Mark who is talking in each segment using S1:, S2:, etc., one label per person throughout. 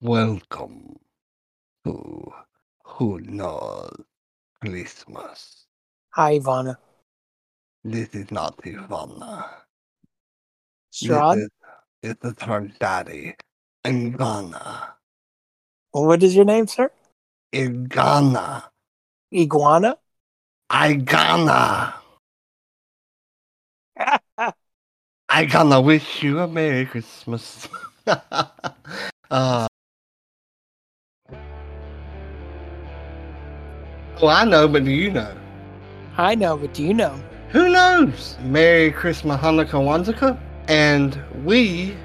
S1: Welcome to Who Knows Christmas.
S2: Hi, Ivana.
S1: This is not Ivana.
S2: Strahd,
S1: This is, this is her daddy, Ngana.
S2: what is your name, sir?
S1: Igana.
S2: Iguana?
S1: Igana. I gonna wish you a Merry Christmas. uh, oh, I know, but do you know?
S2: I know, but do you know?
S1: Who knows? Merry Christmas, Hanukkah, Wanzaka. And we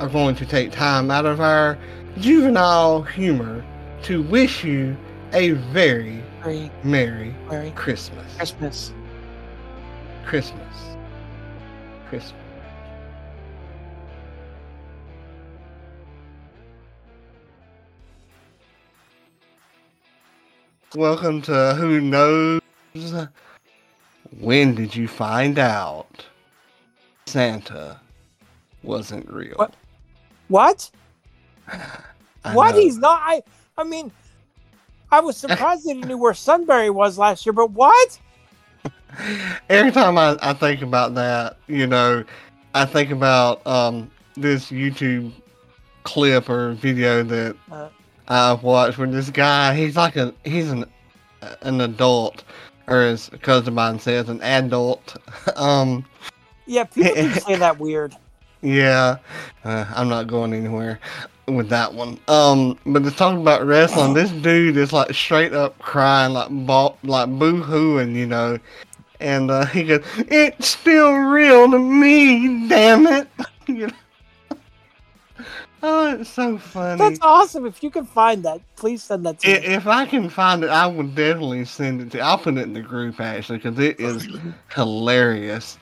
S1: are going to take time out of our juvenile humor to wish you a very
S2: Merry,
S1: Merry
S2: Merry
S1: Christmas.
S2: Christmas.
S1: Christmas. Christmas. Welcome to Who Knows? When did you find out Santa wasn't real?
S2: What? What?
S1: I
S2: what?
S1: know.
S2: He's not. I, I mean, I was surprised that he knew where Sunbury was last year, but what?
S1: Every time I, I think about that, you know, I think about um, this YouTube clip or video that
S2: Uh.
S1: I've watched where this guy, he's like a, he's an, an adult, or as a cousin of mine says, an adult. um,
S2: Yeah, people do say that weird.
S1: yeah, uh, I'm not going anywhere with that one. Um, but it's talking about wrestling. This dude is like straight up crying, like ball, like boo hooing, you know. And uh, he goes, "It's still real to me, damn it!" You know? oh, it's so funny.
S2: That's awesome. If you can find that, please send that
S1: I-
S2: to me.
S1: If I can find it, I will definitely send it to. I'll put it in the group actually because it is hilarious.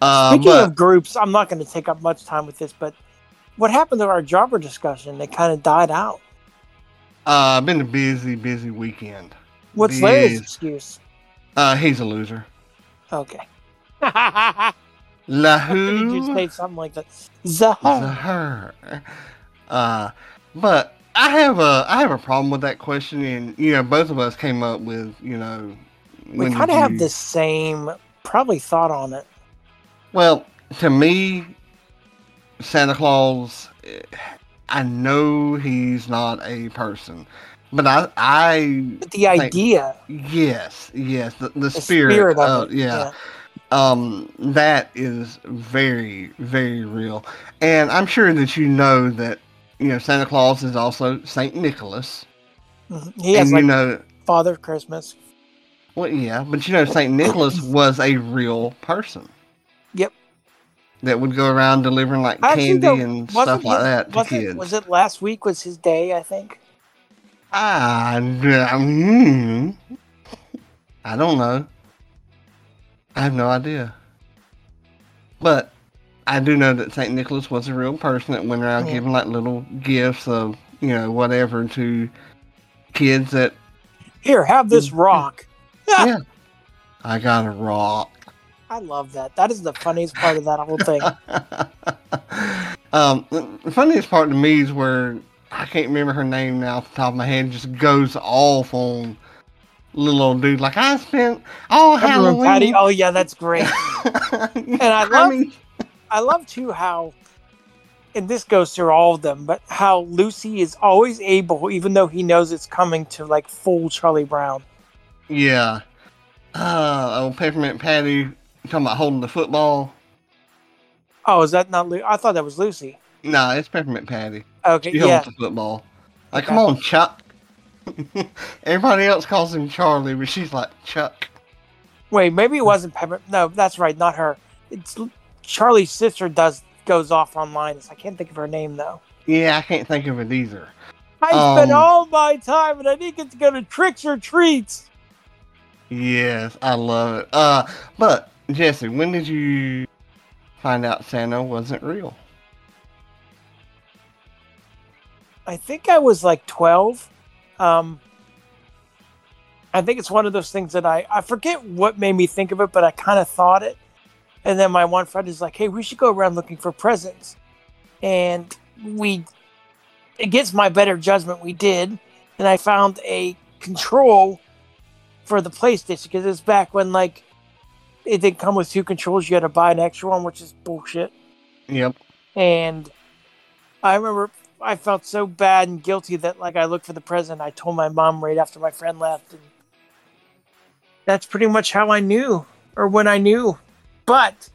S1: Uh,
S2: Speaking
S1: but
S2: of groups, I'm not going to take up much time with this, but what happened to our jobber discussion? It kind of died out.
S1: uh, I've been a busy, busy weekend.
S2: What's Larry's
S1: Yes.
S2: excuse?
S1: Uh, he's a loser.
S2: Okay. Did you
S1: Lahoo.
S2: say something like that? Zaha.
S1: her. Uh, but I have a I have a problem with that question, and you know, both of us came up with you know.
S2: We
S1: when
S2: kind of
S1: did
S2: have
S1: you-
S2: the same, probably thought on it.
S1: Well, to me, Santa Claus, eh, I know he's not a person, but I, I
S2: But the
S1: Thank-
S2: idea,
S1: yes, yes, the, the
S2: the
S1: spirit,
S2: spirit,
S1: uh,
S2: of it.
S1: yeah, um, that is very, very real, and I'm sure that you know that you know Santa Claus is also Saint Nicholas,
S2: yeah. Mhm. He has
S1: and
S2: like
S1: you know,
S2: Father Christmas.
S1: well, yeah, but you know, Saint Nicholas was a real person.
S2: Yep.
S1: That would go around delivering like
S2: I actually
S1: candy
S2: don't-
S1: and
S2: Wasn't
S1: stuff like
S2: his-
S1: that to
S2: wasn't-
S1: kids.
S2: Was it last week? Was his day? I think.
S1: Ah, hmm. I don't know. I have no idea. But I do know that Saint Nicholas was a real person that went around
S2: Yeah.
S1: giving like little gifts of you know whatever to kids. That
S2: Here, have this
S1: Mhm.
S2: rock.
S1: Yeah. I got a rock.
S2: I love that. That is the funniest part of that whole thing.
S1: um, the funniest part to me is where I can't remember her name now off the top of my head. Just goes off on little old dude. Like I spent all
S2: Remember when Patty-
S1: Halloween.
S2: Oh yeah, that's great.
S1: and
S2: I love- I love too how, and this goes through all of them, but how Lucy is always able, even though he knows it's coming, to like fool Charlie Brown.
S1: Yeah. Uh, old Peppermint Patty you talking about holding the football.
S2: Oh, is that not? Lu- I thought that was Lucy.
S1: Nah, it's Peppermint Patty.
S2: Okay,
S1: She
S2: yeah.
S1: holds the football. Like,
S2: Okay.
S1: come on, Chuck. Everybody else calls him Charlie, but she's like Chuck.
S2: Wait, maybe it wasn't Pepper. No, that's right, not her. It's L- Charlie's sister. Does goes off online. It's, I can't think of her name though. I
S1: Yeah, I can't think of it either.
S2: spent
S1: Um,
S2: all my time, and I didn't get to go to tricks or treats.
S1: Yes, I love it. Uh, but Jesse, when did you find out Santa wasn't real?
S2: I think I was like 12. Um, I think it's one of those things that I, I forget what made me think of it, but I kind of thought it. And then my one friend is like, hey, we should go around looking for presents. And we against my better judgment, we did, and I found a control for the PlayStation because it's back when like it didn't come with two controls. You had to buy an extra one, which is bullshit.
S1: Yep.
S2: And I remember I felt so bad and guilty that like I looked for the present. I told my mom right after my friend left, and that's pretty much how I knew or when I knew. But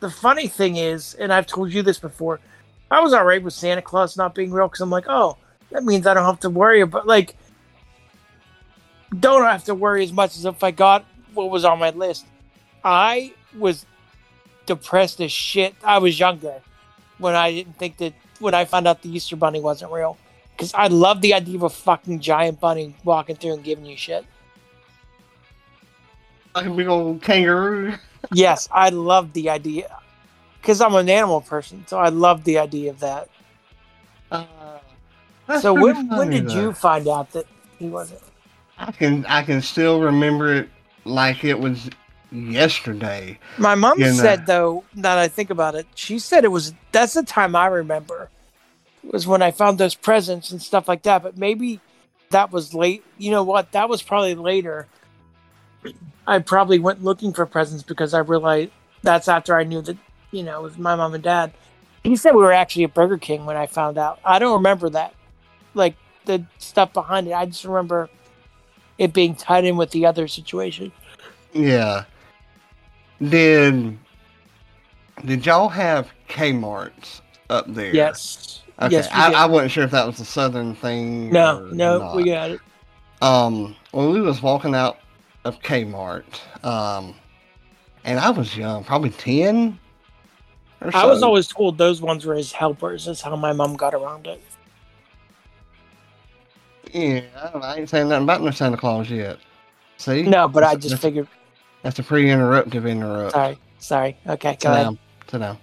S2: the funny thing is, and I've told you this before, I was all right with Santa Claus not being real because I'm like, oh, that means I don't have to worry about like don't have to worry as much as if I got what was on my list. I was depressed as shit. I was younger when I didn't think that when I found out the Easter Bunny wasn't real because I love the idea of a fucking giant bunny walking through and giving you shit.
S1: Like a big old kangaroo.
S2: yes, I love the idea because I'm an animal person, so I love the idea of that.
S1: Uh,
S2: so when when did you find out that he wasn't?
S1: I can I can still remember it like it was yesterday.
S2: My mom
S1: Yeah, no.
S2: said though, now that I think about it, she said it was that's the time I remember was when I found those presents and stuff like that. But maybe that was late. You know what? That was probably later. I probably went looking for presents because I realized that's after I knew that you know it was my mom and dad. He said we were actually at Burger King when I found out. I don't remember that, like the stuff behind it. I just remember it being tied in with the other situation.
S1: Yeah. Did did y'all have Kmart's up there?
S2: Yes.
S1: Okay.
S2: Yes, we
S1: I,
S2: did.
S1: I wasn't sure if that was a southern thing.
S2: No,
S1: or
S2: no,
S1: not.
S2: we got it.
S1: um when we was walking out of Kmart, um and I was young, probably ten or so.
S2: I was always told those ones were his helpers. That's how my mom got around it.
S1: Yeah, I don't know, I ain't saying nothing about no Santa Claus yet. See?
S2: No, but I
S1: That's-
S2: just
S1: that's- uh,
S2: figured.
S1: That's a pretty interruptive interrupt.
S2: Sorry, sorry. Okay,
S1: Sit
S2: go ahead.
S1: down. Sit down.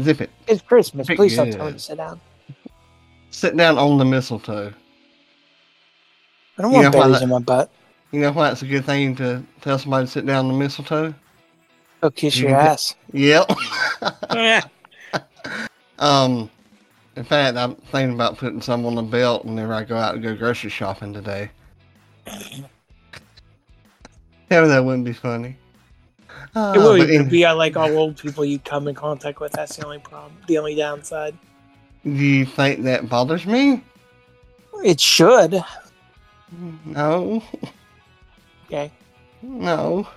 S1: Zip it.
S2: It's Christmas.
S1: Pretty
S2: Please don't tell me
S1: good.
S2: to sit down.
S1: Sit down on the mistletoe.
S2: I don't
S1: You
S2: want
S1: know why
S2: berries
S1: that-
S2: in my butt.
S1: You know why it's a good thing to tell somebody to sit down on the mistletoe?
S2: Go kiss
S1: You
S2: your
S1: can-
S2: ass.
S1: Yep. Ah,
S2: Eh,
S1: um, in fact, I'm thinking about putting some on the belt whenever I go out and go grocery shopping today. Tell me that wouldn't be funny. Uh,
S2: it
S1: but
S2: would
S1: in-
S2: be uh, like all old people you come in contact with. That's the only problem. The only downside.
S1: do you think that bothers me?
S2: It should.
S1: No.
S2: Okay.
S1: No.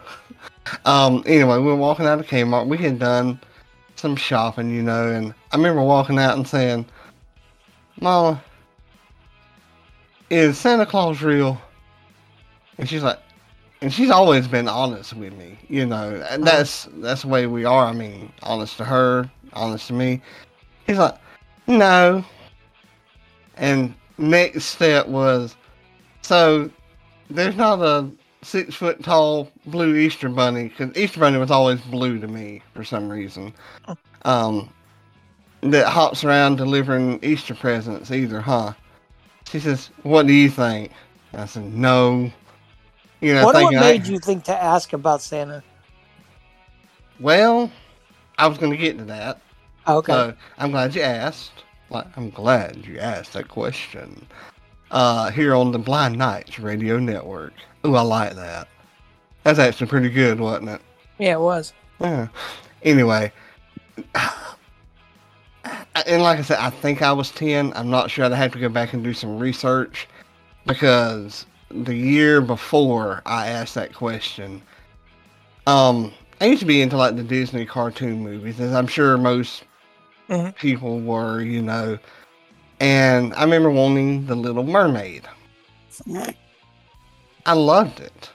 S1: Um. Anyway, we were walking out of Kmart. We had done some shopping, you know, and I remember walking out and saying, "Mama, is Santa Claus real?" And she's like, and she's always been honest with me, you know, and that's that's the way we are. I mean, honest to her, honest to me. He's like, "No." And next step was, so there's not a six foot tall blue Easter bunny because Easter bunny was always blue to me for some reason.
S2: Oh.
S1: Um, that hops around delivering Easter presents either, huh? She says, "What do you think?" I said, "No." You know,
S2: What what
S1: thinking like,
S2: made you think to ask about Santa?
S1: well, I was going to get to that.
S2: Oh, Okay.
S1: So I'm glad you asked. Like, I'm glad you asked that question. Uh, here on the Blind Knights Radio Network. Ooh, I like that. That's actually pretty good, wasn't it?
S2: yeah, it was.
S1: Yeah. Anyway, and like I said, I think I was 10. I'm not sure. I'd have to go back and do some research because the year before I asked that question, um, I used to be into like the Disney cartoon movies, as I'm sure most
S2: Mhm.
S1: people were, you know. And I remember wanting The Little Mermaid. I loved it.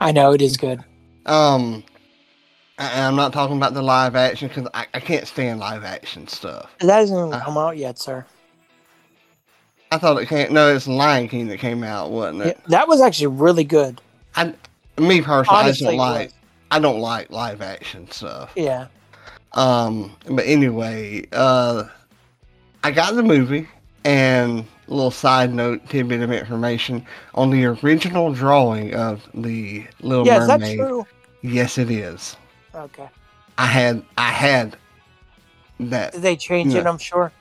S2: I know it is good.
S1: Um, I- and I'm not talking about the live action because I, I can't stand live action stuff.
S2: That hasn't even
S1: Uh,
S2: come out yet, sir.
S1: I thought it can't. No, it's Lion King that came out, wasn't
S2: Yeah,
S1: it?
S2: that was actually really good.
S1: Me personally, I
S2: Honestly,
S1: just don't
S2: it
S1: like.
S2: was.
S1: I don't like live action stuff.
S2: yeah.
S1: Um, but anyway, uh, I got the movie and a little side note tidbit of information on the original drawing of the Little
S2: Yeah, is that
S1: Mermaid.
S2: true?
S1: Yes, it is.
S2: Okay.
S1: I had. I had that
S2: Did they change
S1: No.
S2: it? I'm sure.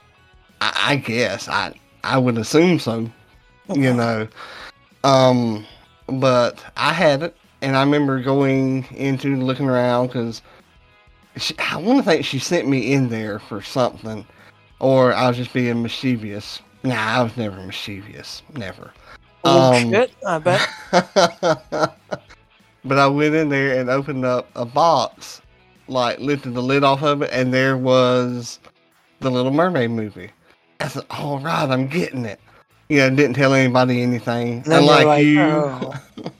S1: I, I guess I I would assume so. You know, um, but I had it, and I remember going into looking around because I want to think she sent me in there for something, or I was just being mischievous. Nah, I was never mischievous, never.
S2: Oh
S1: Um,
S2: shit! I bet.
S1: but I went in there and opened up a box, like lifted the lid off of it, and there was the Little Mermaid movie. I said, "All right, I'm getting it." You know, didn't tell anybody anything,
S2: And then you're
S1: unlike
S2: like,
S1: you,
S2: "Oh."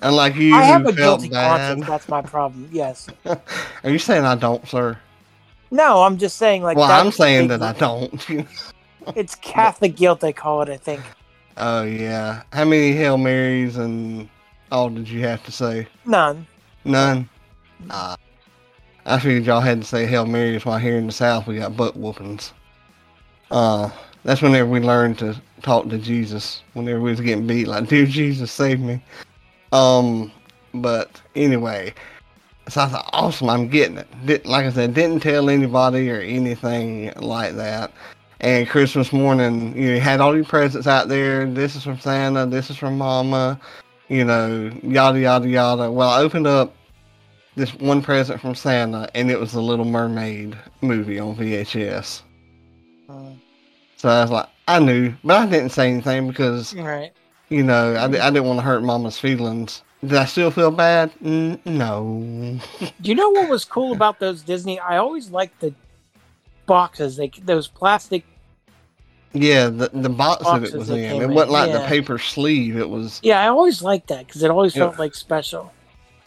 S1: unlike you.
S2: I have
S1: who
S2: a
S1: felt
S2: guilty
S1: bad.
S2: conscience. That's my problem. Yes.
S1: Are you saying I don't, sir?
S2: No, I'm just saying like.
S1: well,
S2: that's
S1: I'm saying
S2: big-
S1: that I don't.
S2: It's Catholic guilt. They call it. I think.
S1: oh yeah, how many Hail Marys and all did you have to say?
S2: None.
S1: None. Uh, I figured y'all had to say Hail Marys while here in the South we got butt whoopings. Uh, that's whenever we learned to talk to Jesus. Whenever we was getting beat, like, dear Jesus, save me. Um, but anyway, so I thought, awesome, I'm getting it. Did, like I said, didn't tell anybody or anything like that. And Christmas morning, you had all your presents out there. This is from Santa. This is from Mama. You know, yada yada yada. Well, I opened up this one present from Santa, and it was the Little Mermaid movie on VHS.
S2: Mm.
S1: So I was like, I knew, but I didn't say anything because
S2: All right.
S1: you know I, di- I didn't want to hurt Mama's feelings. Did I still feel bad? N- no.
S2: You know what was cool about those Disney? I always liked the boxes. They those plastic.
S1: Yeah, the the box that
S2: Boxes
S1: it was
S2: that
S1: in,
S2: came
S1: it
S2: in,
S1: wasn't like the
S2: yeah.
S1: paper sleeve. It was
S2: Yeah, I always liked that because it always
S1: Yeah.
S2: felt like special.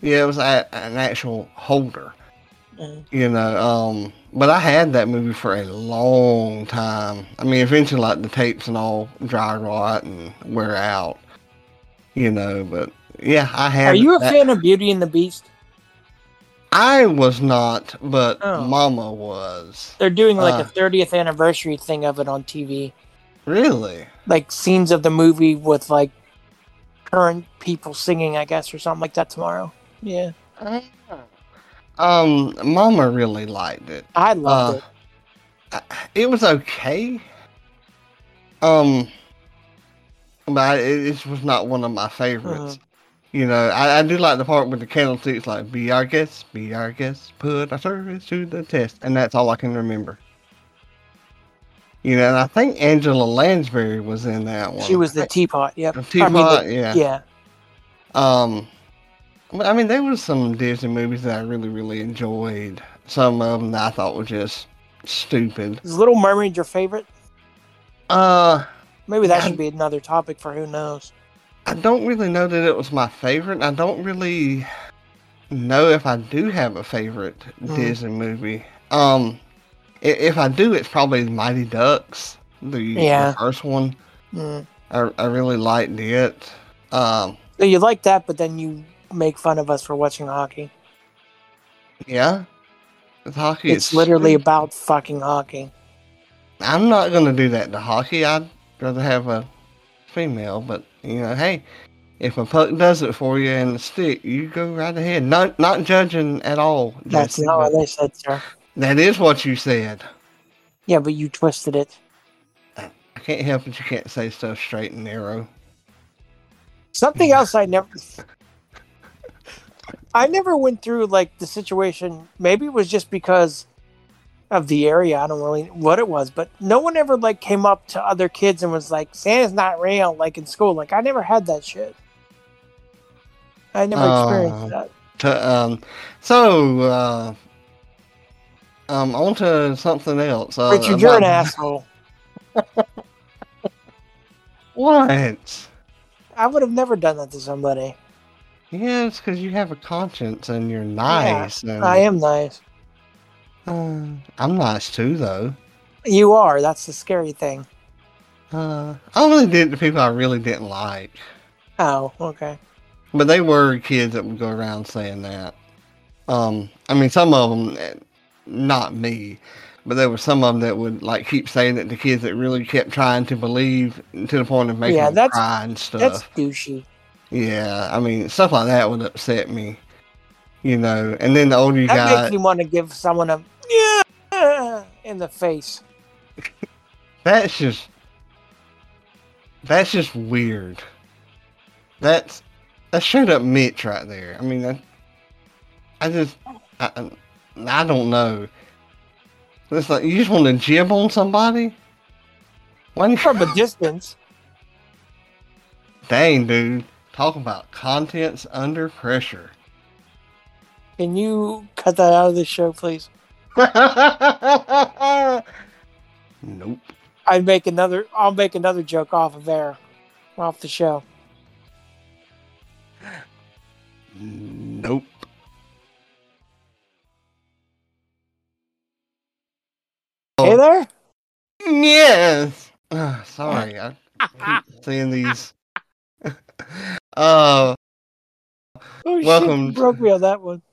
S1: yeah, it was a, an actual holder.
S2: Mm.
S1: you know um but i had that movie for a long time i mean eventually like the tapes and all dry rot and wear out you know but yeah i had
S2: Are you a
S1: that-
S2: fan of Beauty and the Beast?
S1: i was not but
S2: Oh.
S1: mama was
S2: They're doing like
S1: Uh.
S2: a 30th anniversary thing of it on TV,
S1: really
S2: like scenes of the movie with like current people singing, I guess, or something like that tomorrow. Yeah,
S1: um mama really liked it
S2: I
S1: Uh,
S2: loved it.
S1: it. It was okay. Um, but it, it was not one of my favorites.
S2: Uh-huh.
S1: You know, I, I do like the part with the candlesticks, like "Be our guest, be our guest, put our service to the test," and that's all I can remember. You know, and I think Angela Lansbury was in that one.
S2: She was the teapot. Yep.
S1: The
S2: I mean, the-
S1: teapot, yeah.
S2: Yeah.
S1: Um, but I mean, there was some Disney movies that I really, really enjoyed. Some of them that I thought were just stupid.
S2: Is Little Mermaid your favorite?
S1: Uh,
S2: Maybe that
S1: Yeah.
S2: should be another topic for who knows.
S1: I don't really know that it was my favorite. I don't really know if I do have a favorite
S2: Mm.
S1: Disney movie. Um, i- if I do, it's probably Mighty Ducks, the,
S2: Yeah.
S1: the first one.
S2: Mm.
S1: I, I really liked it. Um,
S2: So you like that, but then you make fun of us for watching hockey.
S1: yeah, With hockey.
S2: It's literally about fucking hockey.
S1: I'm not gonna do that to hockey. I'd rather have a female, but you know, hey, if a puck does it for you and a stick, you go right ahead. Not not judging at all.
S2: That's
S1: Jesse,
S2: not
S1: but-
S2: what they said, sir.
S1: That is what you said.
S2: Yeah, but you twisted it.
S1: I can't help it. You can't say stuff straight and narrow.
S2: Something else I never I never went through like the situation. Maybe it was just because of the area. I don't really what it was, but no one ever like came up to other kids and was like, Santa's not real, like in school. Like I never had that shit. I never
S1: Oh.
S2: experienced that.
S1: T- um, so, uh, um, on to something else. Uh,
S2: Richard, you're an
S1: about-
S2: asshole.
S1: What?
S2: I would have never done that to somebody.
S1: Yeah, it's because you have a conscience and you're nice. and,
S2: I am nice.
S1: Uh, I'm nice too, though.
S2: You are. That's the scary thing.
S1: Uh, I only did it to people I really didn't like.
S2: Oh, okay.
S1: But they were kids that would go around saying that. Um, I mean, some of them, eh, not me, but there were some of them that would like keep saying it to kids that really kept trying to believe to the point of making
S2: Yeah,
S1: them
S2: that's-
S1: cry and stuff.
S2: That's douchey.
S1: Yeah, I mean, stuff like that would upset me, you know. And then the older you
S2: That
S1: got,
S2: makes me want to give someone a yeah in the face.
S1: that's just That's just weird. That's that's straight up Mitch right there. I mean, that, I just I, I I don't know. It's like you just want to jib on somebody. Why do you,
S2: From a distance.
S1: dang dude? Talk about contents under pressure.
S2: Can you cut that out of the show, please?
S1: nope.
S2: I'd make another. I'll make another joke off of there, off the show.
S1: Nope. Oh.
S2: Hey there.
S1: Yes. Ah, sorry, I keep seeing these. uh,
S2: Oh, shit,
S1: Welcome
S2: you
S1: to-
S2: Oh, broke me on that one.